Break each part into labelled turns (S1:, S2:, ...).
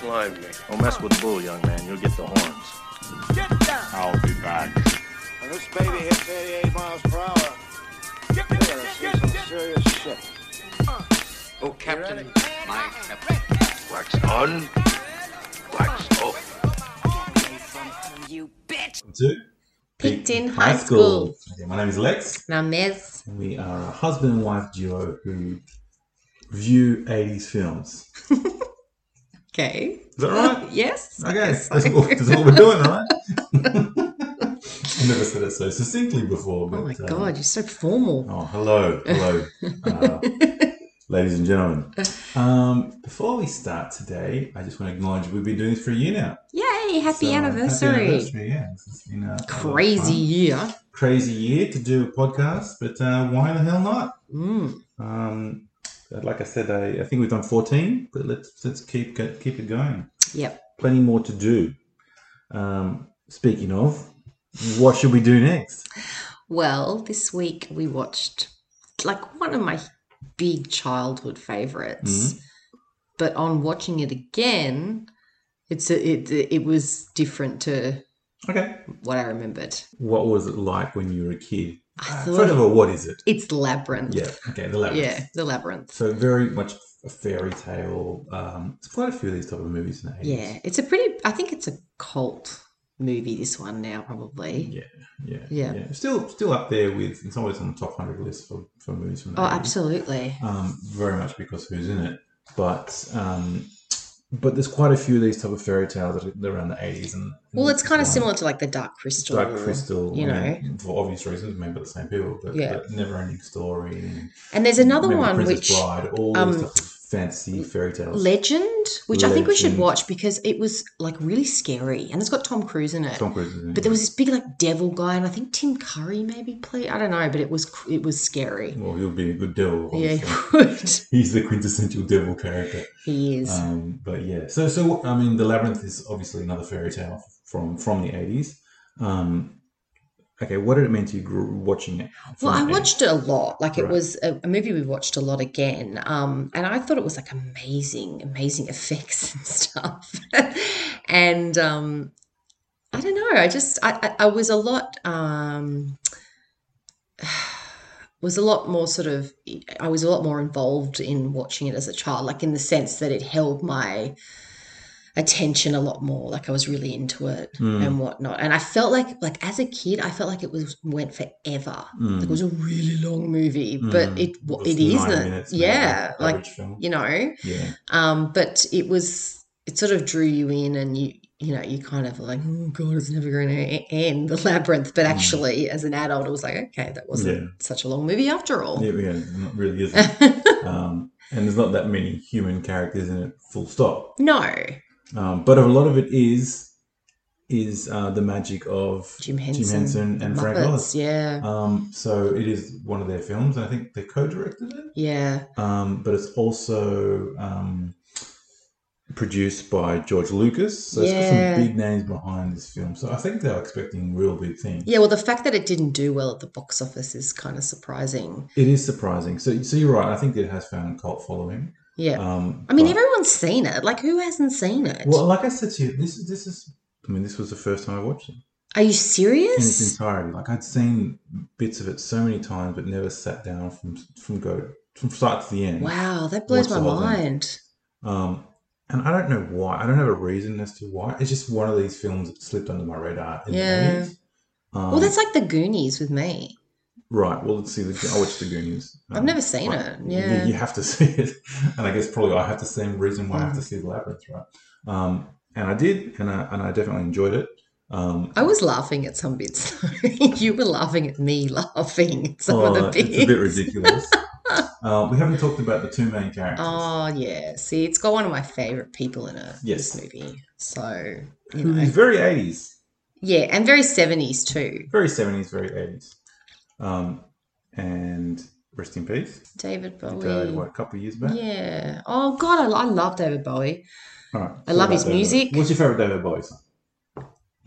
S1: slime me. Don't mess with Bull, young man. You'll get the horns.
S2: Get down!
S3: I'll be back.
S4: When this baby hits 88 miles per hour,
S2: Get,
S4: you're
S2: get,
S4: gonna see
S2: get,
S4: some
S2: get, get.
S4: serious shit.
S5: Oh, Captain, my Captain.
S1: Wax on, wax off.
S6: You bitch!
S7: to
S8: Picton High School.
S7: Okay, my name is Lex.
S8: Now, Mez,
S7: We are a husband and wife duo who view 80s films.
S8: okay.
S7: Is that right?
S8: Yes.
S7: Okay, that's what, that's what we're doing, all right? I've never said it so succinctly before. But,
S8: Oh my
S7: uh,
S8: God, you're so formal.
S7: Oh, hello, hello, uh, ladies and gentlemen. Um, before we start today, I just want to acknowledge we've been doing this for a year now.
S8: Yay,
S7: So,
S8: happy
S7: uh,
S8: anniversary.
S7: Happy anniversary! Yeah, this has been a- a lot of fun.
S8: Crazy year.
S7: crazy year to do a podcast, but uh, why the hell not?
S8: Mm.
S7: Um, but like I said, I, I think we've done fourteen, but let's let's keep go- keep it going.
S8: Yep.
S7: Plenty more to do. Um, speaking of, what should we do next?
S8: Well, this week we watched like one of my big childhood
S7: Mm-hmm.
S8: favorites, but on watching it again, it's a, it it was different to
S7: Okay,
S8: what I remembered.
S7: what was it like when you were a kid?
S8: I
S7: Uh,
S8: thought-
S7: First of all, what is it?
S8: It's labyrinth.
S7: Yeah, okay, the labyrinth.
S8: Yeah, the labyrinth.
S7: So very much a fairy tale. Um, there's quite a few of these type of movies in the 80s.
S8: Yeah, it's a pretty. I think it's a cult movie. This one now probably.
S7: Yeah. Yeah,
S8: Yeah.
S7: Still, still up there with. It's always on the top hundred list for, for movies from. the
S8: Oh,
S7: 80s.
S8: absolutely.
S7: um, very much because who's in it. But um, but there's quite a few of these type of fairy tales that are around the 80s. And,
S8: Well, it's kind of
S7: um,
S8: similar to like the Dark Crystal.
S7: Dark Crystal,
S8: you
S7: I
S8: know.
S7: mean, for obvious reasons, maybe the same people, but,
S8: Yeah.
S7: but Never Ending Story. and
S8: And there's another
S7: maybe The
S8: one
S7: Princess
S8: which
S7: Bride, all
S8: um,
S7: these types of fantasy fairy tales.
S8: Legend, which I think we should
S7: Legend.
S8: watch because it was like really scary and it's got Tom Cruise in it.
S7: Tom Cruise is in
S8: but there was this big like devil guy and I think Tim Curry maybe played. I don't know, but it was cr- it was
S7: it.
S8: scary.
S7: well, he'll be a good devil.
S8: Yeah,
S7: obviously.
S8: he would.
S7: He's the quintessential devil character.
S8: He is.
S7: Um, but yeah, so so I mean, the labyrinth is obviously another fairy tale from from the eighties. Um, okay, what did it mean to you gr- watching it? from
S8: Well, I
S7: the 80s?
S8: watched it a lot. Like it
S7: Right.
S8: was a, a movie we watched a lot again, um, and I thought it was like amazing, amazing effects and stuff. and um, I don't know. I just I, I, I was a lot um, was a lot more sort of I was a lot more involved in watching it as a child, like in the sense that it held my attention a lot more. Like I was really into it
S7: Mm.
S8: and whatnot. And I felt like like as a kid, I felt like it was went forever.
S7: Mm.
S8: Like it was a really long movie,
S7: Mm.
S8: but it w-
S7: It's
S8: it
S7: nine
S8: isn't.
S7: minutes, maybe,
S8: yeah,
S7: average
S8: like
S7: film.
S8: you know.
S7: yeah,
S8: Um, but it was it sort of drew you in, and you you know you kind of were like oh god, it's never going to end the labyrinth. But
S7: Mm.
S8: actually, as an adult, it was like okay, that wasn't
S7: Yeah.
S8: such a long movie after all.
S7: yeah, yeah, it really isn't. um, and there's not that many human characters in it, full stop.
S8: no,
S7: Um, but a lot of it is is uh, the magic of
S8: Jim Henson,
S7: Jim Henson and Frank
S8: Muppets,
S7: Oz.
S8: yeah,
S7: Um, so it is one of their films. and I think they co-directed it.
S8: yeah,
S7: um, but it's also um, produced by George Lucas. So it's got
S8: Yeah.
S7: some big names behind this film. So I think they're expecting real big things.
S8: yeah. Well, the fact that it didn't do well at the box office is kind of surprising.
S7: It is surprising. So, so you're right. I think it has found a cult following.
S8: Yeah,
S7: Um,
S8: I mean,
S7: but-
S8: everyone's seen it. Like, who hasn't seen it?
S7: well, like I said to you, this is this is. I mean, this was the first time I watched it
S8: Are you
S7: in its
S8: serious?
S7: entirety. Like I'd seen bits of it so many times, but never sat down from from go from start to the end.
S8: Wow, that blows
S7: Watch
S8: my
S7: the whole thing.
S8: mind.
S7: Um, and I don't know why. I don't have a reason as to why. It's just one of these films that slipped under my radar. In
S8: Yeah.
S7: The 80s. Um,
S8: Well, that's like the Goonies with me.
S7: right. Well, let's see. The, I watched The Goonies. Um,
S8: I've never seen it, yeah.
S7: you have to see it, and I guess probably I have the same reason why I have to see The Labyrinth, right? Um, and I did, and I and I definitely enjoyed it. Um,
S8: I was laughing at some bits. you were laughing at me laughing at some of
S7: uh,
S8: the bits.
S7: It's a bit ridiculous. uh, we haven't talked about the two main characters.
S8: Oh yeah, see, it's got one of my favorite people in it.
S7: Yes.
S8: This movie, so you
S7: Who is
S8: know,
S7: very eighties.
S8: yeah, and very seventies too.
S7: very 70s, very 80s. Um, and rest in peace.
S8: David
S7: He
S8: Bowie.
S7: died, what, a couple of years back?
S8: Yeah. Oh God, I, lo- I love David Bowie.
S7: All right.
S8: I love
S7: What
S8: his
S7: about David
S8: music.
S7: Bowie? What's your favorite David Bowie song?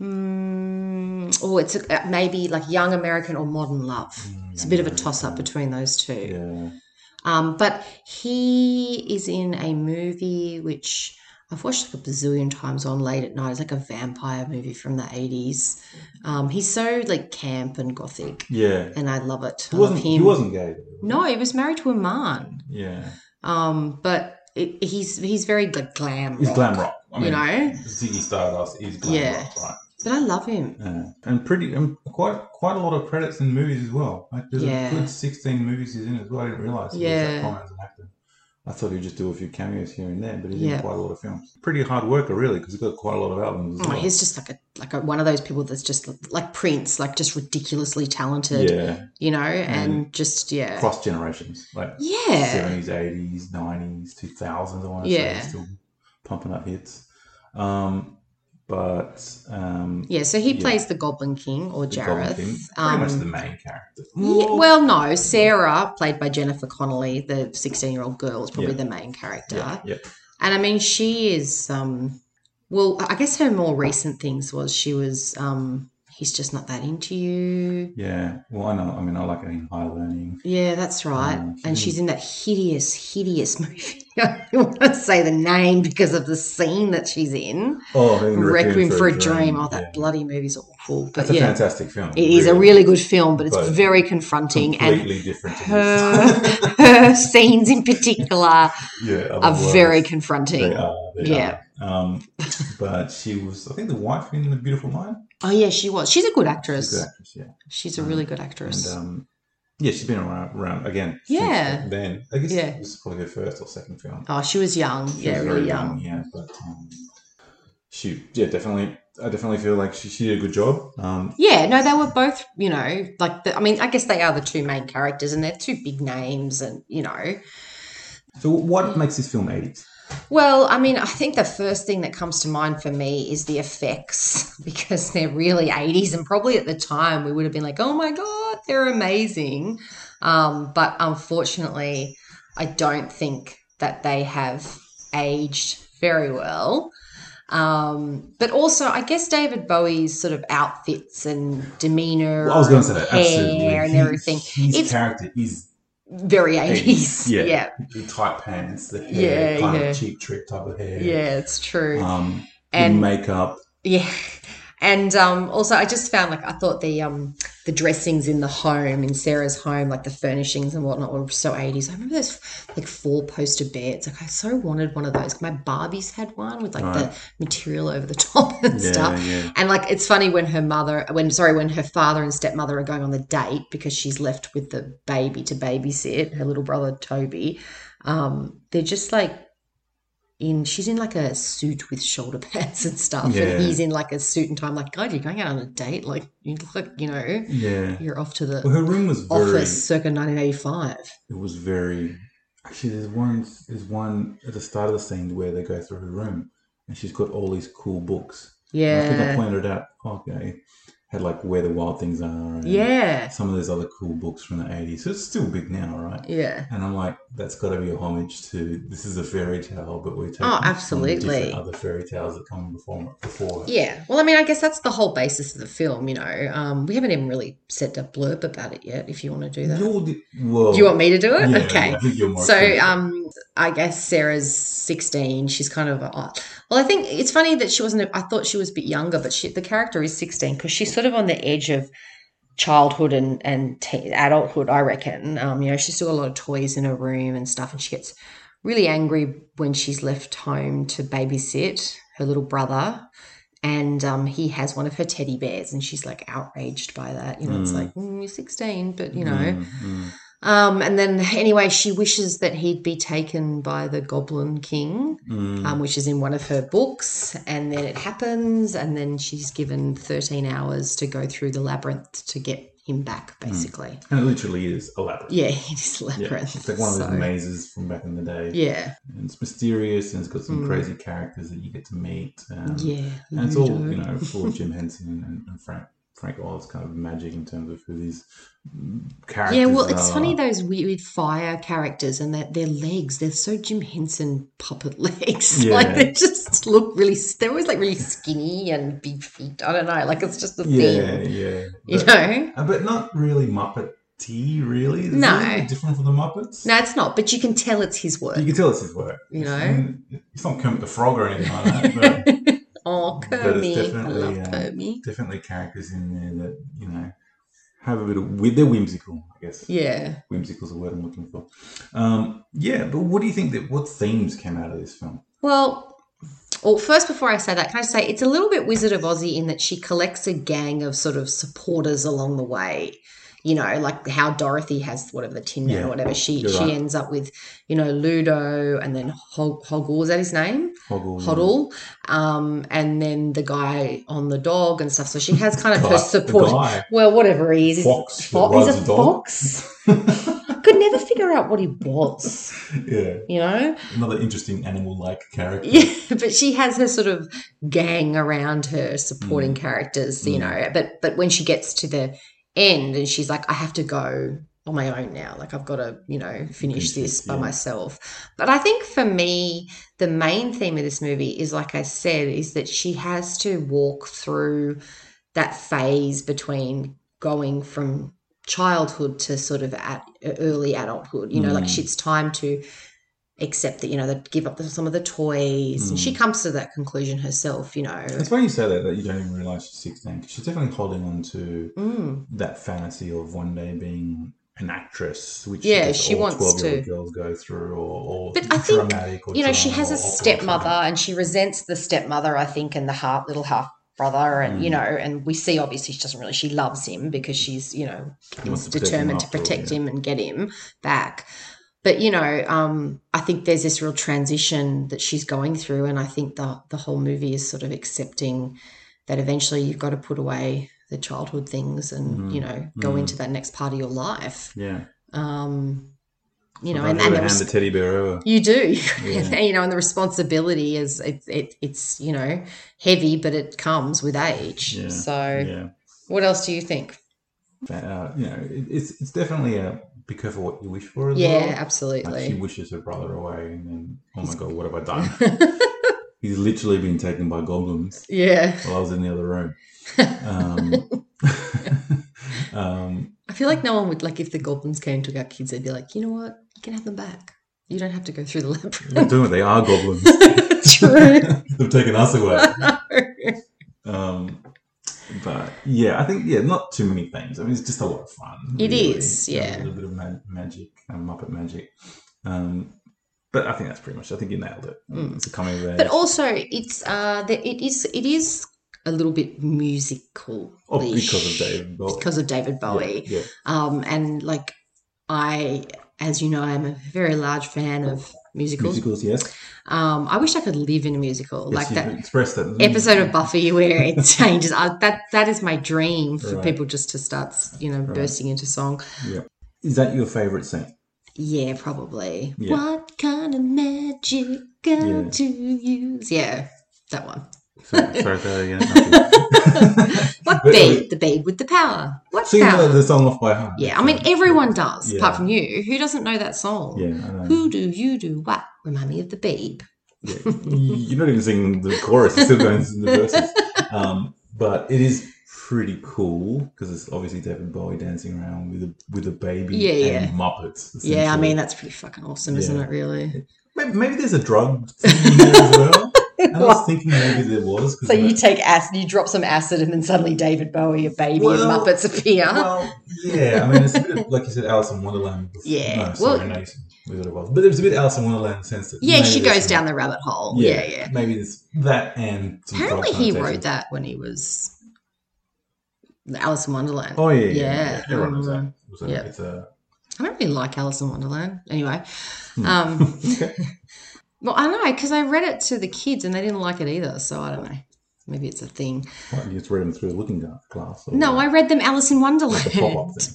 S8: Mm, oh, it's a, maybe like Young American or Modern Love.
S7: Mm,
S8: It's a bit of a toss up between those two.
S7: Yeah.
S8: Um, but he is in a movie which I've watched it a bazillion times on late at night. It's like a vampire movie from the eighties. Um, he's so like camp and gothic,
S7: Yeah.
S8: and I love it.
S7: He
S8: I love
S7: wasn't,
S8: him.
S7: he wasn't gay. though.
S8: No, he was married to a man.
S7: Yeah.
S8: Um, but it, he's he's very like glam.
S7: He's
S8: rock.
S7: glam rock. I
S8: You
S7: mean,
S8: know?
S7: Ziggy Stardust is glam
S8: Yeah.
S7: rock, right?
S8: But I love him.
S7: Yeah. And pretty, and quite quite a lot of credits in movies as well. Like there's
S8: Yeah.
S7: a good 16 movies he's in as well. I didn't realize he was
S8: Yeah.
S7: that prominent as an actor. I thought he'd just do a few cameos here and there, but he's
S8: Yeah.
S7: in quite a lot of films. Pretty hard worker, really, because he's got quite a lot of albums. As
S8: Oh,
S7: well.
S8: he's just like a like a, one of those people that's just like Prince, like just ridiculously talented,
S7: yeah, Mm.
S8: you know, and just yeah,
S7: cross generations, like
S8: yeah,
S7: 70s, 80s, 90s, 2000s. I want to
S8: Yeah.
S7: say he's still pumping up hits. Um, but um,
S8: yeah. So he
S7: Yeah.
S8: plays the Goblin King or
S7: the Goblin King,
S8: Jareth.
S7: pretty
S8: Um,
S7: much the main character.
S8: yeah, well, no, Sarah, played by Jennifer Connolly, the sixteen-year-old girl, is probably
S7: Yeah.
S8: the main character.
S7: yeah, yeah.
S8: And I mean, she is, um, well, I guess her more recent things was she was, um, he's just not that into you.
S7: Yeah, well, I know. I mean, I like it in high learning.
S8: Yeah, that's right.
S7: Oh,
S8: And she's
S7: hmm.
S8: in that hideous, hideous movie. I don't want to say the name because of the scene that she's in.
S7: Oh,
S8: Requiem for a Dream. Oh, that bloody movie's awful. But
S7: That's a
S8: yeah,
S7: fantastic film.
S8: it is a really good film, but it's
S7: But
S8: very confronting. And
S7: completely different. To
S8: her,
S7: this.
S8: her scenes in particular
S7: yeah,
S8: are
S7: otherwise,
S8: very confronting.
S7: They are. They
S8: Yeah.
S7: Are. Um, but she was, I think, the wife in The Beautiful Mind.
S8: Oh, yeah, she was. She's a good
S7: She's
S8: actress.
S7: a good actress, yeah.
S8: She's a really good
S7: And
S8: actress.
S7: um, yeah, she's been around, around again. since
S8: Yeah.
S7: Then I guess
S8: Yeah.
S7: this is probably her first or second film.
S8: oh, she was young.
S7: She
S8: yeah,
S7: was
S8: really
S7: very
S8: young.
S7: Yeah, but um, she, yeah, definitely. I definitely feel like she, she did a good job. Um,
S8: Yeah, no, they were both, you know, like, the, I mean, I guess they are the two main characters and they're two big names and, you know.
S7: so, what makes this film eighties?
S8: Well, I mean, I think the first thing that comes to mind for me is the effects because they're really 80s and probably at the time we would have been like, oh my God, they're amazing. Um, but unfortunately, I don't think that they have aged very well. Um, but also, I guess David Bowie's sort of outfits and demeanor,
S7: Well, I was going to say
S8: and
S7: that. Absolutely.
S8: hair and
S7: He-
S8: everything,
S7: His
S8: It's-
S7: character is
S8: very 80s.
S7: Yeah.
S8: yeah,
S7: the tight pants, the hair,
S8: Yeah,
S7: kind
S8: yeah.
S7: of cheap trick type of hair.
S8: yeah, it's true.
S7: Um,
S8: And-
S7: the makeup.
S8: Yeah. And um, also, I just found like I thought the um, the dressings in the home in Sarah's home, like the furnishings and whatnot, were so eighties. I remember those like four poster beds. Like I so wanted one of those. My Barbies had one with like
S7: Right.
S8: the material over the top and
S7: Yeah,
S8: stuff.
S7: yeah.
S8: And like it's funny when her mother, when sorry, when her father and stepmother are going on the date because she's left with the baby to babysit her little brother Toby. Um, they're just like in. She's in like a suit with shoulder pads and stuff,
S7: Yeah.
S8: and he's in like a suit and tie. I'm like, God, you're going out on a date? Like you look, you know,
S7: Yeah.
S8: you're off to the
S7: Well, her room was very.
S8: office circa 1985.
S7: It was very. Actually, there's one. There's one at the start of the scene where they go through her room, and she's got all these cool books. And I think I
S8: Yeah,
S7: pointed out. Okay, had like where the wild things are. And
S8: yeah,
S7: Some of those other cool books from the 80s. So it's still big now, right?
S8: yeah.
S7: And I'm like, that's got to be a homage to this is a fairy tale, but we're taking it
S8: Oh,
S7: from
S8: absolutely.
S7: different other fairy tales that come before before. it.
S8: Yeah. Well, I mean, I guess that's the whole basis of the film, you know. Um, we haven't even really said a blurb about it yet, if you want to do that.
S7: You're the, well,
S8: Do you want me to do it?
S7: yeah,
S8: okay.
S7: I think you're more
S8: So,
S7: experienced.
S8: um, I guess Sarah's 16. She's kind of, uh, well, I think it's funny that she wasn't, I thought she was a bit younger, but she, the character is 16 because she's sort of on the edge of childhood and, and te- adulthood, I reckon. Um, you know, she's still got a lot of toys in her room and stuff, and she gets really angry when she's left home to babysit her little brother. And um, he has one of her teddy bears, and she's like outraged by that. You know, it's
S7: Mm.
S8: like, mm, you're 16, but you know.
S7: Mm, mm.
S8: Um, and then, anyway, she wishes that he'd be taken by the Goblin King,
S7: Mm.
S8: um, which is in one of her books. And then it happens. And then she's given 13 hours to go through the labyrinth to get him back, basically.
S7: and it literally is a labyrinth.
S8: Yeah, it is a
S7: Hmm. Yeah,
S8: labyrinth.
S7: it's like one of those
S8: so-
S7: mazes from back in the day.
S8: Yeah,
S7: And it's mysterious, and it's got some
S8: Mm.
S7: crazy characters that you get to meet. Um,
S8: yeah.
S7: and it's all
S8: weirdo.
S7: you know for Jim Henson and, and Frank Frank Oz kind of magic in terms of who these mm, characters.
S8: Yeah, well, it's
S7: are.
S8: funny those weird fire characters and that their legs, they're so Jim Henson puppet legs. Like
S7: Yeah.
S8: they just look really, they're always like really skinny and big feet. I don't know. Like it's just a
S7: Yeah,
S8: thing,
S7: yeah.
S8: you
S7: But-
S8: know?
S7: Uh, but not really Muppet T, really? Is it
S8: No.
S7: really different from the Muppets?
S8: No, it's not, but you can tell it's his
S7: You
S8: work.
S7: can tell it's his work.
S8: You know?
S7: And It's not Kermit the Frog or anything like that, but
S8: Oh,
S7: But it's
S8: Kermit. I
S7: definitely,
S8: love
S7: um,
S8: Kermit.
S7: definitely characters in there that, you know, have a bit of, whi- they're whimsical, I guess.
S8: Yeah.
S7: Whimsical's the word I'm looking for. Um, yeah, but what do you think that, what themes came out of this film?
S8: Well, well, first, before I say that, can I say it's a little bit Wizard of Ozzy in that she collects a gang of sort of supporters along the way. You know, like how Dorothy has whatever the Tin Man
S7: Yeah,
S8: or whatever. She
S7: you're
S8: she
S7: right.
S8: ends up with, you know, Ludo and then Hog- Hoggle. Is that his name?
S7: Hoggle.
S8: Hoddle, um, and then the guy on the dog and stuff. So she has kind of
S7: Guy-
S8: her
S7: the
S8: support.
S7: guy.
S8: Well, whatever he is, he's
S7: Fox
S8: a
S7: that
S8: fo- he's
S7: rides
S8: a
S7: a dog.
S8: fox. Could never figure out what he was,
S7: Yeah,
S8: you know.
S7: another interesting animal-like character.
S8: Yeah, but she has her sort of gang around her
S7: Mm.
S8: supporting characters, you know. But but when she gets to the end and she's like, I have to go on my own now. Like I've got to, you know, finish
S7: Finish
S8: this
S7: this,
S8: by
S7: yeah.
S8: myself. But I think for me, the main theme of this movie is, like I said, is that she has to walk through that phase between going from childhood to sort of at early adulthood. You know, like
S7: Mm.
S8: she, it's time to accept that you know that give up the, some of the toys and she comes to that conclusion herself you know
S7: It's funny you say that, that you don't even realise she's 16, 'cause she's definitely holding on to
S8: Mm.
S7: that fantasy of one day being an actress, which
S8: Yeah,
S7: I guess
S8: she
S7: all
S8: wants
S7: 12-year-old
S8: to.
S7: girls go through, or, or
S8: But I think,
S7: dramatic or
S8: you know she
S7: drama
S8: has a
S7: or opera
S8: stepmother
S7: drama.
S8: and she resents the stepmother i think and the half little half brother and you
S7: Mm.
S8: know and we see obviously she doesn't really she loves him because she's you know
S7: She wants
S8: is
S7: to protect him
S8: determined to
S7: after all,
S8: protect
S7: yeah.
S8: him and get him back but you know um i think there's this real transition that she's going through and i think the the whole movie is sort of accepting that eventually you've got to put away the childhood things and you know go
S7: Mm.
S8: into that next part of your life
S7: Yeah.
S8: um you
S7: So
S8: know
S7: I'd
S8: and, and
S7: rather
S8: the
S7: hand
S8: res-
S7: the teddy bear over.
S8: you do
S7: Yeah.
S8: you know and the responsibility is it, it, it's you know heavy but it comes with age
S7: Yeah,
S8: so
S7: Yeah.
S8: what else do you think
S7: Uh, you know, it, it's it's definitely a be careful what you wish for as
S8: yeah
S7: well. Like she
S8: absolutely
S7: wishes her brother away, and then oh my god, what have I done? He's literally been taken by goblins
S8: yeah
S7: while I was in the other room. Um, um,
S8: I feel like no one would like if the goblins came to our kids, they'd be like, you know what, you can have them back. You don't have to go through the
S7: They're not
S8: labyrinth.
S7: doing it. They are goblins.
S8: True.
S7: They've taken us away. Um, but yeah, I think yeah, not too many things. I mean, it's just a lot of fun.
S8: It
S7: It is,
S8: is, yeah.
S7: a little bit of ma- magic and Muppet magic. Um, but I think that's pretty much. I think you nailed it. Um,
S8: Mm.
S7: It's a coming of age.
S8: But also, it's uh, the, it is it is a little bit musical.
S7: Oh, because of David Bowie.
S8: Because of David Bowie.
S7: Yeah, yeah.
S8: Um, and like I, as you know, I'm a very large fan of musicals.
S7: musicals. Yes,
S8: Um, I wish I could live in a musical
S7: yes
S8: like
S7: you've
S8: that.
S7: Expressed that Mm.
S8: episode of Buffy where it changes. I, that that is my dream for
S7: Right.
S8: people just to start, you know,
S7: Right.
S8: bursting into song.
S7: Is that your favorite scene?
S8: Yeah, probably.
S7: Yeah.
S8: What kind of magic gun
S7: Yeah.
S8: to use? Yeah, that one.
S7: Sorry, sorry say that again.
S8: What
S7: But- uh,
S8: babe? The babe with the power. What
S7: Sing
S8: power?
S7: the, the song off by heart.
S8: yeah, I mean everyone does,
S7: Yeah.
S8: apart from you. Who doesn't know that song?
S7: Yeah, I know.
S8: Who do you do what? Remind me of the babe.
S7: Yeah, you're not even singing the chorus; you're still going in the verses. Um, but it is pretty cool because it's obviously David Bowie dancing around with a with a baby
S8: Yeah,
S7: and
S8: yeah.
S7: Muppets.
S8: Yeah, I
S7: essentially.
S8: mean uh that's pretty fucking awesome, isn't
S7: Yeah.
S8: it? Really.
S7: maybe, maybe there's a drug thing in there as well. And I was thinking maybe there was. 'cause
S8: So you
S7: that-
S8: take acid, you drop some acid, and then suddenly David Bowie, a baby,
S7: Well-
S8: and Muppets appear.
S7: Well, yeah, I mean, it's a bit of, like you said, Alice in Wonderland. before-
S8: Yeah,
S7: no, sorry,
S8: well-
S7: no, you said Wizard of Oz, but there's a bit Alice in Wonderland in the sense that
S8: Yeah,
S7: maybe
S8: she
S7: there's
S8: goes
S7: some-
S8: down the rabbit hole. Yeah, yeah.
S7: Maybe there's that and some drug
S8: Apparently, he
S7: connotation.
S8: wrote that when he was the Alice in Wonderland.
S7: Oh yeah, yeah,
S8: Yeah,
S7: yeah. Everyone knows that.
S8: um,
S7: It was a-
S8: yeah.
S7: It's a
S8: I don't really like Alice in Wonderland. Anyway,
S7: Hmm.
S8: um,
S7: Okay.
S8: well, I know because I read it to the kids and they didn't like it either. So I don't know. Maybe it's a thing.
S7: What, you just read them through the looking glass- glass? Or
S8: No, I read them Alice in Wonderland.
S7: the pop up thing.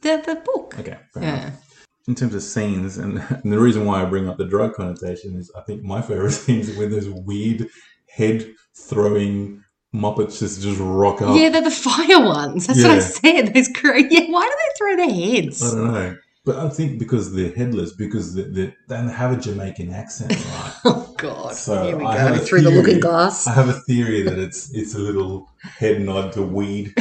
S8: the the book.
S7: Okay, fair
S8: Yeah.
S7: enough. In terms of scenes, and, and the reason why I bring up the drug connotation is I think my favorite scenes are when those weird head throwing Muppets just, just rock up.
S8: Yeah, they're the fire ones. That's what I
S7: Yeah.
S8: said. Those cra- yeah, why do they throw their heads?
S7: I don't know. But I think because they're headless, because they, they, they don't have a Jamaican accent, right?
S8: Oh God!
S7: So
S8: Here we
S7: I have
S8: go
S7: a
S8: through the looking
S7: theory.
S8: glass.
S7: I have a theory that it's it's a little head nod to weed.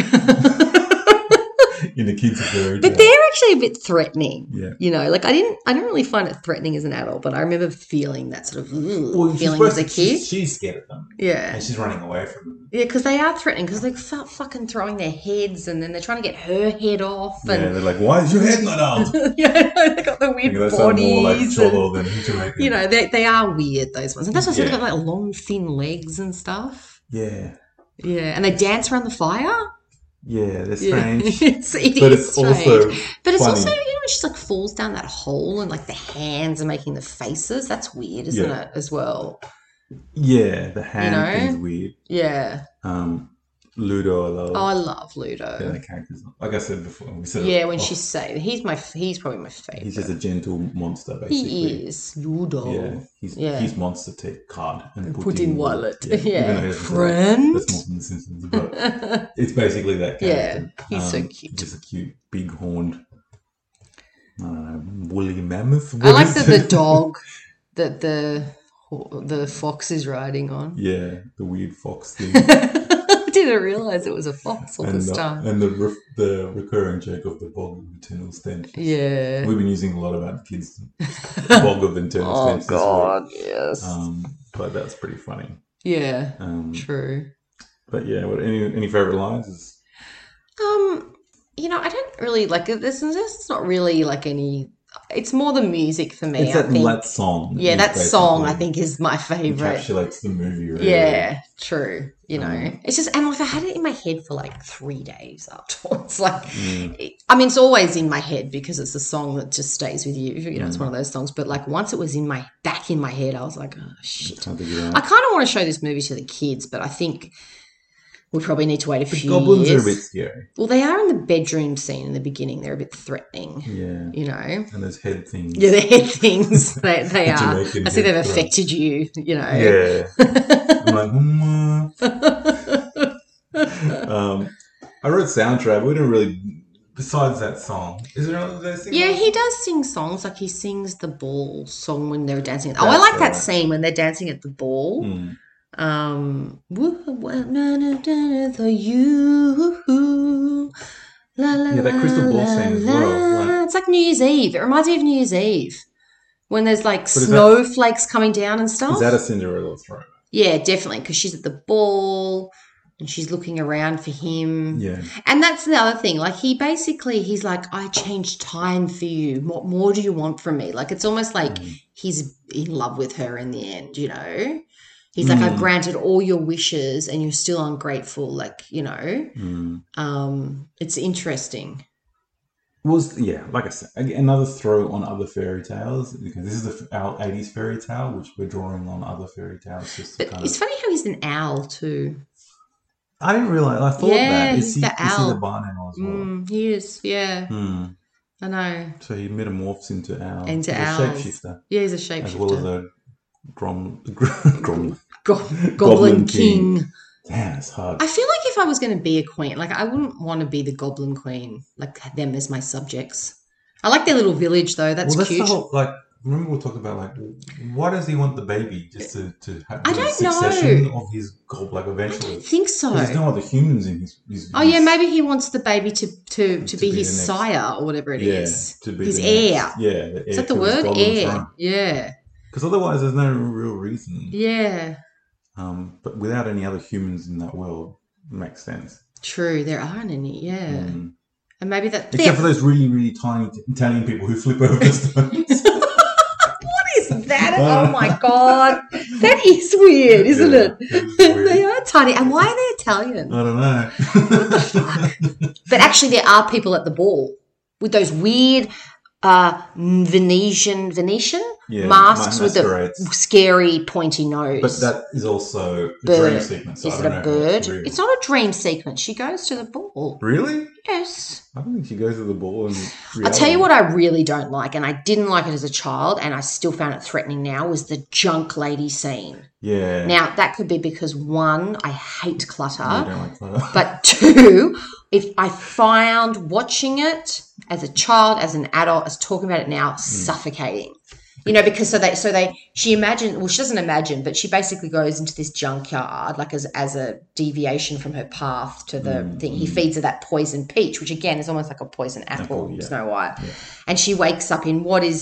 S7: in the kids' very
S8: But
S7: day.
S8: they're actually a bit threatening.
S7: Yeah.
S8: You know, like I didn't, I didn't really find it threatening as an adult, but I remember feeling that sort of "Ugh,"
S7: Well, she's
S8: feeling as
S7: supposed
S8: a
S7: to-
S8: kid.
S7: She's, she's scared of them,
S8: yeah.
S7: and she's running away from them.
S8: Yeah, because they are threatening because they start fucking throwing their heads and then they're trying to get her head off
S7: yeah,
S8: and
S7: they're like, "Why is your head not up?"
S8: yeah, they got the
S7: Like,
S8: weird
S7: they sound more like
S8: bodies. and-
S7: Cholo than Jamaican.
S8: you know, they, they are weird those ones. And that's why they've
S7: Yeah.
S8: got like long thin legs and stuff.
S7: Yeah,
S8: Yeah, and they dance around the fire.
S7: yeah, they're
S8: Yeah.
S7: strange.
S8: it's, it
S7: But
S8: is
S7: it's
S8: strange.
S7: also
S8: but it's also you
S7: funny.
S8: know when she like falls down that hole and like the hands are making the faces. That's weird, isn't
S7: Yeah.
S8: it? As well.
S7: Yeah, the hand
S8: know?
S7: thing's weird.
S8: Yeah.
S7: Um, Ludo, I love.
S8: Oh, I love
S7: yeah, the
S8: Ludo.
S7: characters. Like I said before, we
S8: Yeah,
S7: said
S8: when
S7: oh,
S8: she's saying he's my he's probably my favorite.
S7: he's just a gentle monster, basically.
S8: he is Ludo.
S7: Yeah, he's
S8: Yeah.
S7: he's monster take card and
S8: Put
S7: put,
S8: in wallet. Yeah. Friend?
S7: That's more from The Simpsons, but it's basically that
S8: Yeah,
S7: character.
S8: he's so cute.
S7: Just Um, a cute, big horned, I don't know, woolly mammoth.
S8: I
S7: What
S8: like
S7: is
S8: that the
S7: it?
S8: dog that the the fox is riding on.
S7: Yeah, the weird fox thing.
S8: I didn't realize it was a fox all
S7: and uh,
S8: this
S7: the,
S8: time.
S7: and the re- the recurring joke of the bog of internal stench.
S8: Yeah.
S7: We've been using a lot about kids. bog of internal
S8: Oh
S7: stench. this week.
S8: God, yes.
S7: Um, but that's pretty funny.
S8: yeah,
S7: Um,
S8: true.
S7: But yeah, what any any favorite lines is
S8: Um, you know, I don't really like uh, this. This is not really like any. It's more the music for me.
S7: it's
S8: I
S7: that,
S8: think.
S7: that song.
S8: yeah,
S7: is
S8: that song I
S7: basically
S8: think is my favorite.
S7: encapsulates the movie. Really.
S8: Yeah, true. You know,
S7: Um,
S8: it's just, and like I had it in my head for like three days afterwards. Like,
S7: Mm.
S8: it- I mean, it's always in my head because it's a song that just stays with you. You know, it's
S7: Mm.
S8: one of those songs. But like, once it was in my back in my head, I was like, oh
S7: It's
S8: shit.
S7: hard to get around.
S8: I kind of want to show this movie to the kids, but I think we probably need to wait a
S7: The
S8: few
S7: goblins
S8: years.
S7: are a bit scary.
S8: Well, they are in the bedroom scene in the beginning. They're a bit threatening,
S7: Yeah,
S8: you know.
S7: and those head things.
S8: Yeah, the head things. They, they
S7: The
S8: are.
S7: Jamaican
S8: I see
S7: head
S8: they've
S7: throw.
S8: affected you, you know.
S7: Yeah. I'm like, mm, uh. um, I wrote soundtrack. We didn't really. Besides that song, is there another those things?
S8: Yeah, he does sing songs. Like he sings the ball song when they're dancing. oh, I
S7: That's
S8: like that
S7: right.
S8: scene when they're dancing at the ball.
S7: Mm.
S8: Um, woo- woo- na- na- na- na- for you. La, la,
S7: Yeah, that crystal
S8: la,
S7: ball
S8: la,
S7: scene as well,
S8: la.
S7: like-
S8: It's like New Year's Eve. It reminds me of New Year's Eve when there's like
S7: is that-
S8: snowflakes coming down and stuff.
S7: Is that a Cinderella throw?
S8: Yeah, definitely, because she's at the ball and she's looking around for him.
S7: Yeah.
S8: And that's the other thing. Like he basically he's like, I changed time for you. What more do you want from me? Like it's almost like
S7: Mm.
S8: he's in love with her in the end, you know? He's like, I've
S7: Mm.
S8: granted all your wishes and you're still ungrateful, like, you know.
S7: Mm.
S8: Um, it's interesting.
S7: Was yeah, like I said, ag- another throw on other fairy tales because this is the, f- our '80s fairy tale, which we're drawing on other fairy tales. Just to
S8: But
S7: kind
S8: it's
S7: of,
S8: funny how he's an owl too.
S7: I didn't realize. I thought
S8: Yeah,
S7: that
S8: he's
S7: is he,
S8: the
S7: is he
S8: owl.
S7: the barn owl as well?
S8: Mm, he is, yeah.
S7: Hmm.
S8: I know.
S7: So he metamorphs into owl.
S8: Into
S7: He's a
S8: owls.
S7: shapeshifter
S8: Yeah, he's a
S7: as well as
S8: shapeshifter.
S7: a grom. grom.
S8: Go- Goblin,
S7: Goblin
S8: King.
S7: King. Damn, it's hard.
S8: I feel like if I was going to be a queen, like I wouldn't want to be the goblin queen, like them as my subjects. I like their little village though. That's,
S7: well, that's
S8: cute.
S7: the whole like. Remember, we will talk about like why does he want the baby just to to have
S8: I
S7: the
S8: don't
S7: succession
S8: know.
S7: of his gob like
S8: I
S7: eventually.
S8: don't think so.
S7: 'Cause There's no other humans in his. his
S8: Oh yeah,
S7: his-
S8: maybe he wants the baby to to, to,
S7: To
S8: be,
S7: be
S8: his
S7: the next-
S8: sire or whatever it is.
S7: yeah, to be
S8: his
S7: the
S8: heir.
S7: next- yeah, the
S8: Is that the word? Air. Yeah.
S7: Because otherwise, there's no real reason.
S8: Yeah.
S7: Um, but without any other humans in that world, it makes sense.
S8: True. There aren't any. Yeah.
S7: Mm.
S8: And maybe that.
S7: Except for those really, really tiny Italian people who flip over the stones.
S8: what is that? Oh my god, that is weird, isn't
S7: Yeah,
S8: it?
S7: that is weird. Uh,
S8: they are tiny. And why are they Italian?
S7: I don't know.
S8: But actually, there are people at the ball with those weird uh, Venetian Venetian
S7: Yeah,
S8: masks with the
S7: masquerades.
S8: scary pointy nose.
S7: but that is also a
S8: Bird.
S7: dream sequence. so
S8: is
S7: I
S8: it
S7: don't
S8: a
S7: know how
S8: bird?
S7: real.
S8: It's not a dream sequence. She goes to the ball.
S7: really.
S8: Yes.
S7: I don't think she goes to the ball. And
S8: I'll tell you what I really don't like, and I didn't like it as a child, and I still found it threatening now, was the junk lady scene.
S7: Yeah.
S8: Now, that could be because one, I hate clutter.
S7: I don't like that.
S8: But two, if I
S7: Hmm.
S8: found watching it as a child, as an adult, as talking about it now, suffocating. you know because so they so they she imagined well she doesn't imagine but she basically goes into this junkyard like as as a deviation from her path to the
S7: Hmm.
S8: thing he feeds her that poison peach which again is almost like a poison apple,
S7: Apple, yeah.
S8: snow white and she wakes up in what is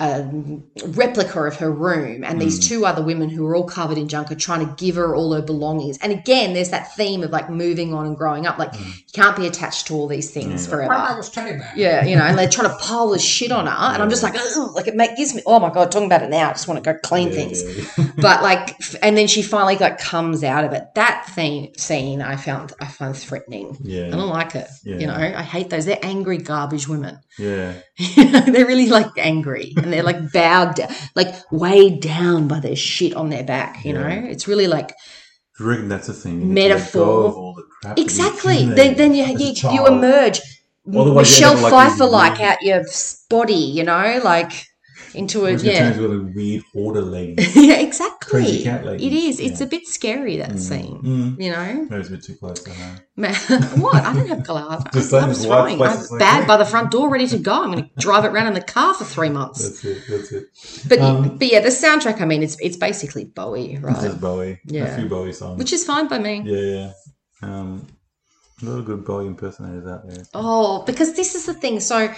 S8: a um, replica of her room and these
S7: Hmm.
S8: two other women who are all covered in junk are trying to give her all her belongings and again there's that theme of like moving on and growing up
S7: Hmm.
S8: like you can't be attached to all these things forever
S3: Grandma was telling that.
S8: yeah, you know, and they're trying to pile this shit on her, and I'm just like, Ugh, like it make, gives me, oh my god, talking about it now, I just want to go clean things. but like, f- and then she finally like comes out of it. That thing scene, I found, I find threatening.
S7: Yeah.
S8: I don't like it.
S7: Yeah.
S8: You know, I hate those. They're angry garbage women.
S7: Yeah.
S8: they're really like angry, and they're like bowed, down, like weighed down by their shit on their back. You
S7: Yeah.
S8: know, it's really like
S7: Do you reckon that's a thing? You need to let
S8: Metaphor.
S7: go of all the crap that you've
S8: Exactly.
S7: accumulated
S8: Then, then you
S7: as a
S8: you, you
S7: child.
S8: emerge,
S7: Otherwise you
S8: Michelle
S7: end up like
S8: Pfeiffer like
S7: you-
S8: out your s- body, you know, like into a
S7: Which yeah.
S8: yeah,
S7: turns into a weird order leg.
S8: yeah, exactly.
S7: Crazy cat lady.
S8: It is. It's
S7: Yeah.
S8: a bit scary that scene.
S7: Mm.
S8: You know,
S7: Maybe it's a bit too close to home.
S8: Ma- what? I don't have glass.
S7: Just saying
S8: I'm
S7: there's wide
S8: throwing.
S7: places
S8: I'm
S7: like
S8: bad
S7: that.
S8: by the front door, ready to go. I'm going to drive it around in the car for three months.
S7: That's it. That's it.
S8: But
S7: Um,
S8: but yeah, the soundtrack. I mean, it's it's basically Bowie,
S7: This
S8: right?
S7: is Bowie.
S8: Yeah.
S7: A few Bowie songs.
S8: Which is fine by me.
S7: yeah, yeah. Um, a lot of good Bowie impersonators out there.
S8: Oh, because this is the thing. So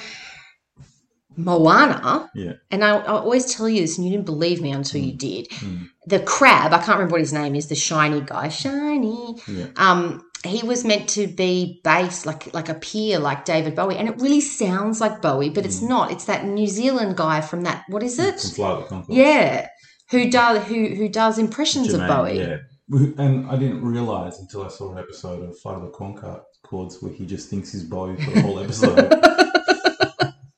S8: Moana,
S7: Yeah. Mm.
S8: and I, I always tell you this, and you didn't believe me until you did.
S7: Hmm,
S8: The crab, I can't remember what his name is, the shiny guy, shiny.
S7: Yeah.
S8: Um, he was meant to be bass, like like a peer, like David Bowie, and it really sounds like Bowie, but it's not. It's that New Zealand guy from that. What is it?
S7: Mm. From Flight of the Conchords.
S8: Yeah, who does who who does impressions
S7: Jermaine,
S8: of Bowie?
S7: Yeah. Who- And I didn't realize until I saw an episode of Flight of the Conchords where he just thinks he's Bowie for the whole episode.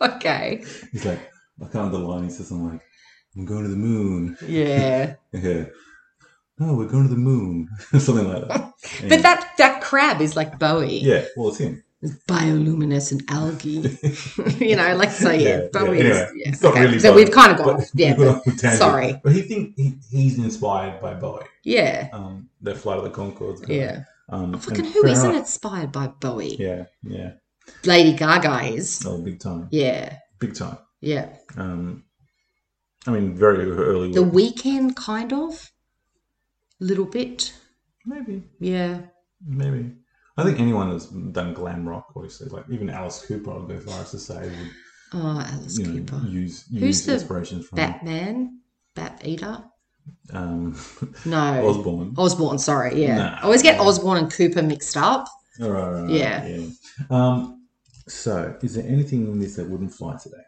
S8: Okay.
S7: He's like, I can't underline. He says, I'm like, I'm going to the moon.
S8: Yeah.
S7: Yeah. No, we're going to the moon. Something like that. Anyway.
S8: But that that crab is like Bowie.
S7: Yeah, well, it's him.
S8: Bioluminescent algae. you know, like so yeah, Bowie
S7: anyway,
S8: is yeah.
S7: it's not
S8: okay.
S7: really
S8: so
S7: Bowie,
S8: we've kind of got
S7: but
S8: Oh, yeah,
S7: we've gone
S8: but-
S7: off a tangent.
S8: sorry.
S7: But he think he, he's inspired by Bowie.
S8: yeah,
S7: Um, the Flight of the Concords.
S8: yeah.
S7: Um,
S8: Fucking
S7: and
S8: who
S7: fair
S8: isn't
S7: enough.
S8: inspired by Bowie?
S7: Yeah, yeah.
S8: Lady Gaga is.
S7: Oh, big time.
S8: Yeah,
S7: Big time.
S8: yeah.
S7: Um, I mean, very early.
S8: The
S7: work.
S8: weekend kind of. Little bit.
S7: Maybe,
S8: Yeah.
S7: maybe. I think anyone that's done glam rock, obviously, like even Alice Cooper, I'll go as far as to say, would
S8: Oh, Alice
S7: you know,
S8: Cooper.
S7: use
S8: Who's
S7: use
S8: the
S7: inspiration from
S8: Batman? Bat Eater?
S7: um,
S8: No.
S7: Osborne.
S8: Osborne, sorry, yeah.
S7: Nah.
S8: I always get Osborne and Cooper mixed up.
S7: All right, all right, all right,
S8: Yeah.
S7: yeah. Um, so, is there anything in this that wouldn't fly today?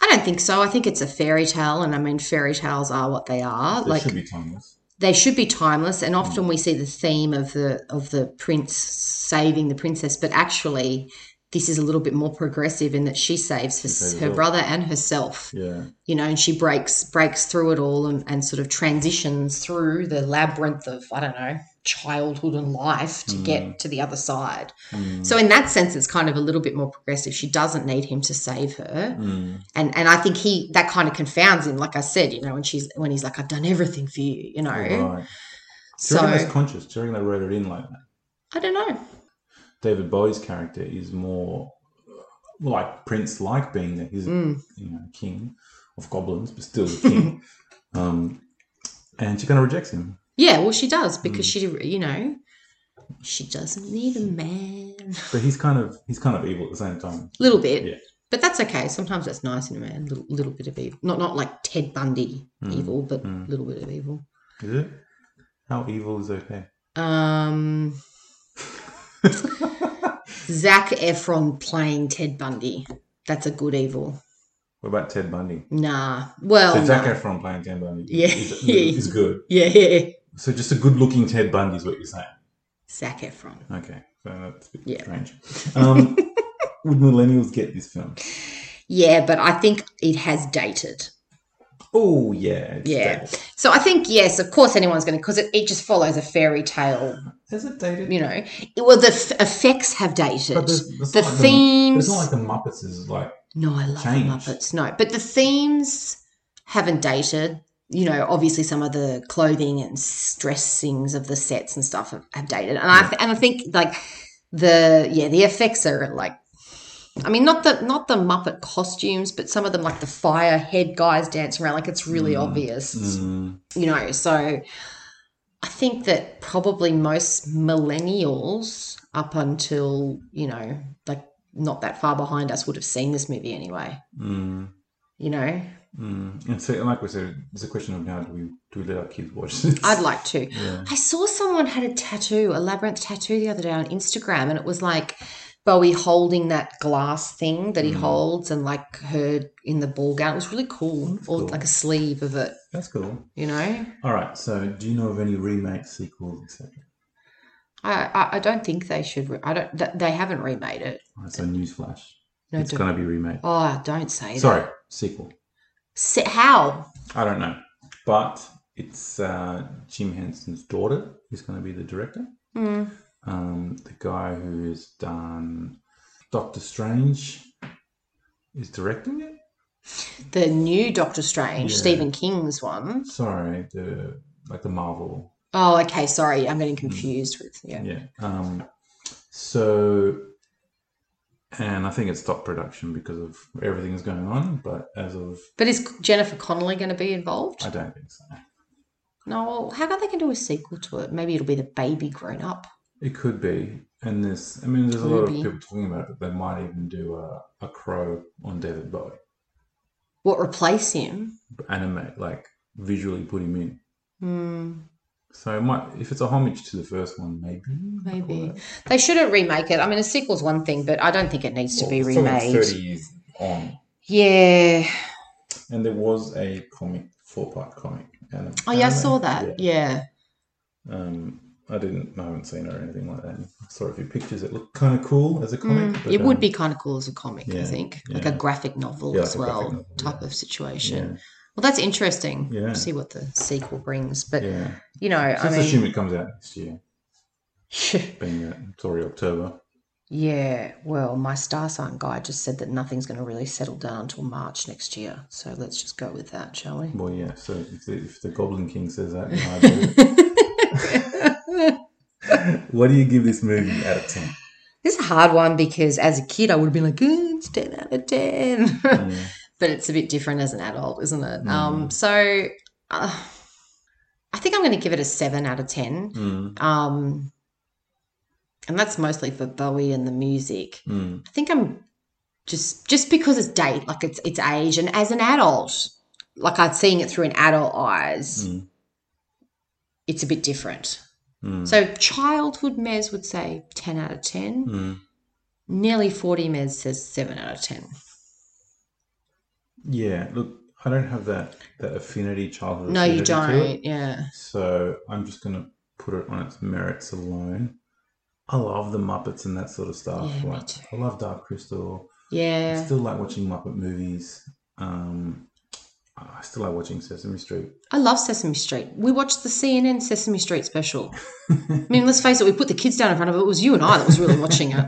S8: I don't think so. I think it's a fairy tale, and I mean, fairy tales are what they are.
S7: That
S8: like
S7: should be Mm. timeless.
S8: they should be timeless, and often we see the theme of the of the prince saving the princess, but actually, this is a little bit more progressive in that she saves
S7: saves
S8: her, her
S7: herself.
S8: brother and herself.
S7: Yeah,
S8: You know, and she breaks breaks through it all and, and sort of transitions through the labyrinth of I don't know childhood and life
S7: Mm.
S8: to get to the other side. So in that sense, it's kind of a little bit more progressive. She doesn't need him to save her
S7: Mm.
S8: and and I think he that kind of confounds him. Like I said, you know, when she's when he's like, "I've done everything for you," you know.
S7: right. Do
S8: So
S7: you reckon that's conscious? Do you reckon they wrote it in like that?
S8: I don't know.
S7: David Bowie's character is more like Prince, like being that
S8: Mm.
S7: he's you know king of goblins, but still a king. um, and she kind of rejects him.
S8: Yeah, well, she does because
S7: Mm.
S8: she, you know, she doesn't need a man.
S7: But he's kind of he's kind of evil at the same time.
S8: little bit,
S7: Yeah.
S8: but that's okay. Sometimes that's nice in a man. Little, little bit of evil, not not like Ted Bundy
S7: Mm.
S8: evil, but a little bit of evil.
S7: Is it? How evil is okay?
S8: Um. Zach Efron playing Ted Bundy. That's a good evil.
S7: What about Ted Bundy?
S8: Nah. Well,
S7: So Zac
S8: nah.
S7: Efron playing Ted Bundy
S8: Oh, Yeah.
S7: is, is good.
S8: yeah, yeah.
S7: So just a good looking Ted Bundy is what you're saying.
S8: Zach Efron.
S7: Okay. So that's a bit
S8: Yeah.
S7: strange. Um, would millennials get this film?
S8: Yeah, but I think it has dated.
S7: Oh yeah. It's
S8: Yeah.
S7: dated.
S8: So I think, yes, of course anyone's going to, because it, it just follows a fairy tale,
S7: Is it dated?
S8: you know. It- well, the f- effects have dated.
S7: But there's- there's
S8: the
S7: not like the-
S8: themes.
S7: It's not like the Muppets is like
S8: no, I love
S7: Change.
S8: the Muppets. No, but the themes haven't dated. You know, obviously some of the clothing and s- dressings of the sets and stuff have, have dated. And, I, th- and I think, like, the, yeah, the effects are like, I mean, not the not the Muppet costumes, but some of them, like the fire head guys dancing around, like it's really obvious,
S7: Mm,
S8: you know. So I think that probably most millennials, up until you know, like not that far behind us, would have seen this movie anyway.
S7: mm,
S8: You know,
S7: mm. And so, like we said, it's a question of now do we do we let our kids watch this?
S8: I'd like to.
S7: Yeah.
S8: I saw someone had a tattoo, a labyrinth tattoo, the other day on Instagram, and it was like Bowie holding that glass thing that he
S7: Mm.
S8: holds, and like her in the ball gown. It was really cool, or
S7: cool.
S8: like a sleeve of it,
S7: That's cool.
S8: you know.
S7: All right. So, do you know of any remakes, sequels, etc.?
S8: I I, I don't think they should. Re- I don't. Th- they haven't remade it.
S7: All right, so, newsflash.
S8: No,
S7: it's
S8: don't-
S7: going to be remade.
S8: oh, don't say
S7: Sorry, sequel.
S8: that. Sorry. How?
S7: I don't know, but it's uh, Jim Henson's daughter who's going to be the director.
S8: Hmm.
S7: Um, the guy who's done Doctor Strange is directing it.
S8: The new Doctor Strange,
S7: Yeah.
S8: Stephen King's one.
S7: Sorry, the like the Marvel.
S8: Oh, okay. Sorry, I'm getting confused with yeah.
S7: Hmm. Yeah. Um, so, and I think it stopped production because of everything that's going on. But as of
S8: But is Jennifer Connelly going to be involved?
S7: I don't think so.
S8: No, how come they can do a sequel to it? Maybe it'll be the baby grown up.
S7: It could be. And this, I mean, there's a lot of
S8: Maybe.
S7: people talking about it. They might even do a, a crow on David Bowie,
S8: What replace him?
S7: animate, like visually put him in.
S8: Hmm,
S7: So it might, if it's a homage to the first one, maybe.
S8: maybe they shouldn't remake it. I mean, a sequel's one thing, but I don't think it needs to be
S7: Well, something
S8: remade.
S7: 30 years on.
S8: Yeah.
S7: And there was a comic, four part comic. And
S8: Oh yeah, I saw that. Yeah.
S7: Um, I didn't, I haven't seen it or anything like that. I saw a few pictures. It looked kind of cool as a comic.
S8: Mm,
S7: but,
S8: it would
S7: um,
S8: be kind of cool as a comic, I
S7: yeah,
S8: think, like a
S7: yeah.
S8: graphic novel
S7: Yeah, like
S8: as
S7: a graphic
S8: well,
S7: novel,
S8: type
S7: um, yeah.
S8: of situation. Well, that's interesting.
S7: Yeah.
S8: See what the sequel brings, but
S7: Yeah. yeah.
S8: you know, I
S7: Let's assume
S8: mean,
S7: it comes out next year, being that it's already October.
S8: yeah. Well, my star sign guy just said that nothing's going to really settle down until March next year, so let's just go with that, shall we?
S7: Well, yeah. So if the, if the Goblin King says that, then I do. what do you give this movie out of ten?
S8: This is a hard one because as a kid, I would have been like, "Ooh, it's 10 out of 10. But it's a bit different as an adult, isn't
S7: Mm.
S8: it? Um, so uh, I think I'm going to give it a 7 out of 10.
S7: Mm,
S8: Um, and that's mostly for Bowie and the music.
S7: mm,
S8: I think I'm just just because it's date, like it's it's age, and as an adult, like I'm seeing it through an adult eyes,
S7: Mm.
S8: it's a bit different.
S7: mm,
S8: So childhood Mez would say 10 out of 10.
S7: mm.
S8: Nearly 40 Mez says 7 out of 10.
S7: Yeah. Look, I don't have that that affinity childhood.
S8: No, you
S7: affinity to it,
S8: don't. Yeah.
S7: so I'm just gonna put it on its merits alone. I love the Muppets and that sort of stuff.
S8: Yeah, me
S7: like,
S8: too.
S7: I love Dark Crystal. I
S8: Yeah.
S7: still like watching Muppet movies. Um, I still like watching Sesame Street.
S8: I love Sesame Street. We watched the CNN Sesame Street special. I mean, let's face it, we put the kids down in front of it. It was you and I that was really watching it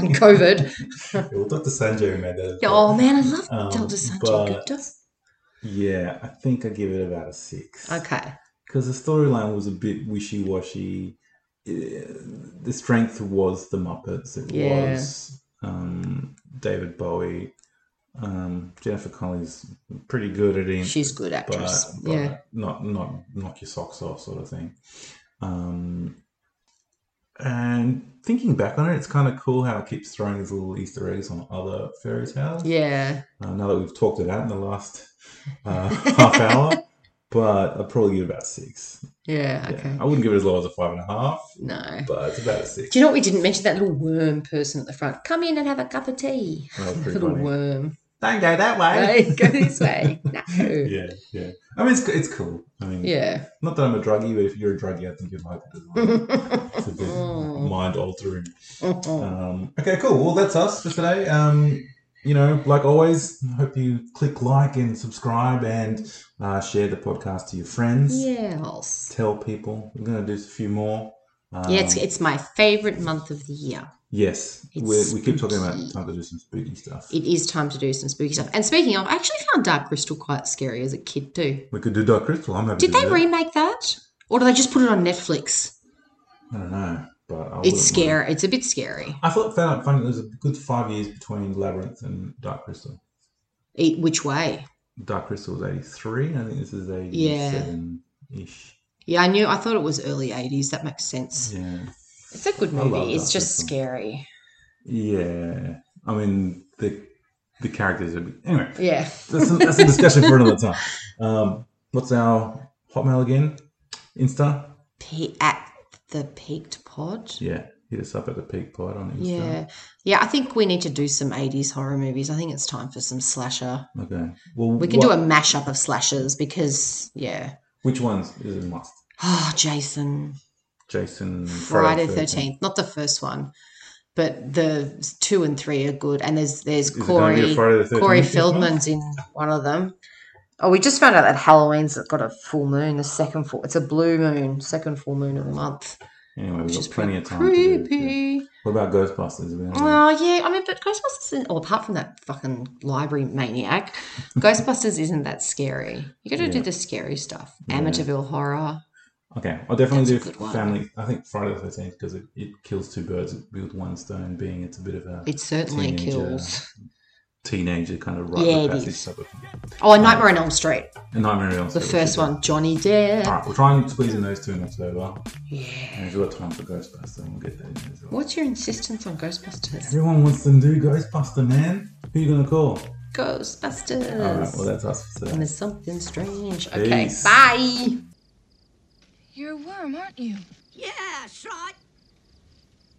S8: on COVID.
S7: well, Dr. Sanjay made that. as
S8: Yeah,
S7: well.
S8: Oh, man, I love
S7: Um,
S8: Delta Sanjay
S7: but-
S8: Gupta.
S7: Yeah, I think I give it about a six.
S8: Okay.
S7: Because the storyline was a bit wishy washy. The strength was the Muppets. It
S8: Yeah.
S7: was um, David Bowie. Um, Jennifer Connelly's pretty good at it.
S8: She's a good
S7: but,
S8: actress.
S7: but
S8: yeah.
S7: not not knock your socks off sort of thing. Um, and thinking back on it, it's kind of cool how it keeps throwing these little Easter eggs on other fairy tales.
S8: Yeah.
S7: Uh, now that we've talked it out in the last uh, half hour, but I'd probably give it about six.
S8: Yeah.
S7: Yeah,
S8: Okay.
S7: I wouldn't give it as low as a five and a half,
S8: No.
S7: but it's about a six.
S8: Do you know what we didn't mention? That little worm person at the front. Come in and have a cup of tea.
S7: That was pretty
S8: Little
S7: funny.
S8: worm.
S7: Don't go that
S8: Hey, go this way. No. Yeah.
S7: Yeah, yeah. I mean, it's, it's cool. I mean, not that I'm a druggie, but if you're a druggie, I think you'd like it as well. it's a bit
S8: Oh.
S7: mind altering. Um, okay, cool. Well, that's us for today. Um, you know, like always, I hope you click like and subscribe and uh, share the podcast to your friends.
S8: Yes.
S7: tell people. We're going to do a few more. Um,
S8: Yeah, it's, it's my favorite month of the year.
S7: yes,
S8: it's
S7: we're, we keep talking about
S8: spooky.
S7: time to do some spooky stuff.
S8: It is time to do some spooky stuff. And speaking of, I actually found Dark Crystal quite scary as a kid too.
S7: we could do Oh, Dark Crystal. I'm happy
S8: Did
S7: to
S8: they
S7: do that.
S8: remake that, or did they just put it on Netflix?
S7: I don't know. but I
S8: It's
S7: wouldn't mind.
S8: scary. It's a bit scary.
S7: I thought found funny. There's a good five years between Labyrinth and Dark Crystal.
S8: It, which way?
S7: Dark Crystal was eighty three. and I think this is eighty seven ish.
S8: Yeah, I knew. I thought it was early 80s. That makes sense.
S7: Yeah,
S8: It's a good
S7: I love
S8: movie. It's
S7: that
S8: just
S7: film.
S8: scary.
S7: yeah. I mean the the characters are anyway.
S8: Yeah.
S7: That's a, that's a discussion for another time. Um, what's our hotmail again? Insta.
S8: Pe- at the peaked pod.
S7: Yeah, hit us up at the Peak Pod on Insta.
S8: Yeah. Yeah, I think we need to do some 80s horror movies. I think it's time for some slasher.
S7: Okay. Well,
S8: We can
S7: what-
S8: do a mashup of slashers because, yeah.
S7: Which ones is a must?
S8: Oh, Jason.
S7: Jason.
S8: Friday the 13th. Not the first one, but the two and three are good. And there's there's
S7: Is it gonna be a
S8: Corey
S7: Friday the 13th
S8: Corey
S7: this month?
S8: Feldman's in one of them. Oh, we just found out that Halloween's got a full moon, the second full. It's a blue moon, second full moon of the month,
S7: Anyway, we've
S8: which is
S7: got plenty
S8: pretty
S7: of time. To do it, yeah. Mm.
S8: creepy.
S7: What about Ghostbusters? We haven't-
S8: Oh yeah, I mean, but Ghostbusters. Isn't, well, apart from that fucking library maniac, Ghostbusters isn't that scary. You got to do
S7: Yeah.
S8: the scary stuff.
S7: Yeah.
S8: Amityville horror.
S7: Okay, I'll definitely
S8: That's a
S7: do
S8: good one.
S7: family. I think Friday the Thirteenth because it, it kills two birds with one stone. Being it's a bit of a
S8: It certainly
S7: Teenager.
S8: kills.
S7: teenager kind of rite
S8: Yeah,
S7: of
S8: it
S7: passage
S8: is.
S7: type of thing.
S8: Oh, and Nightmare on Elm Street,
S7: And Nightmare on Elm
S8: the
S7: Street, which is
S8: first
S7: a-
S8: one. Johnny
S7: All
S8: Depp.
S7: right, we'll try and squeeze in those two in October,
S8: Yeah.
S7: and if we've got time for Ghostbusters, we'll get that in as well.
S8: What's your insistence on Ghostbusters?
S7: Everyone wants to do Ghostbuster, man. Who you gonna call?
S8: Ghostbusters.
S7: All right, well that's us for
S8: and
S7: today.
S8: there's something strange. Okay,
S7: Peace.
S8: bye.
S3: You're a worm, aren't you?
S9: Yeah, shot.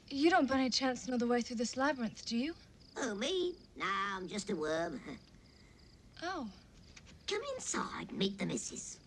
S3: You don't by any chance know the way through this labyrinth, do you?
S9: Oh, me? Nah, I'm just a worm.
S3: Oh.
S9: Come inside, meet the missus.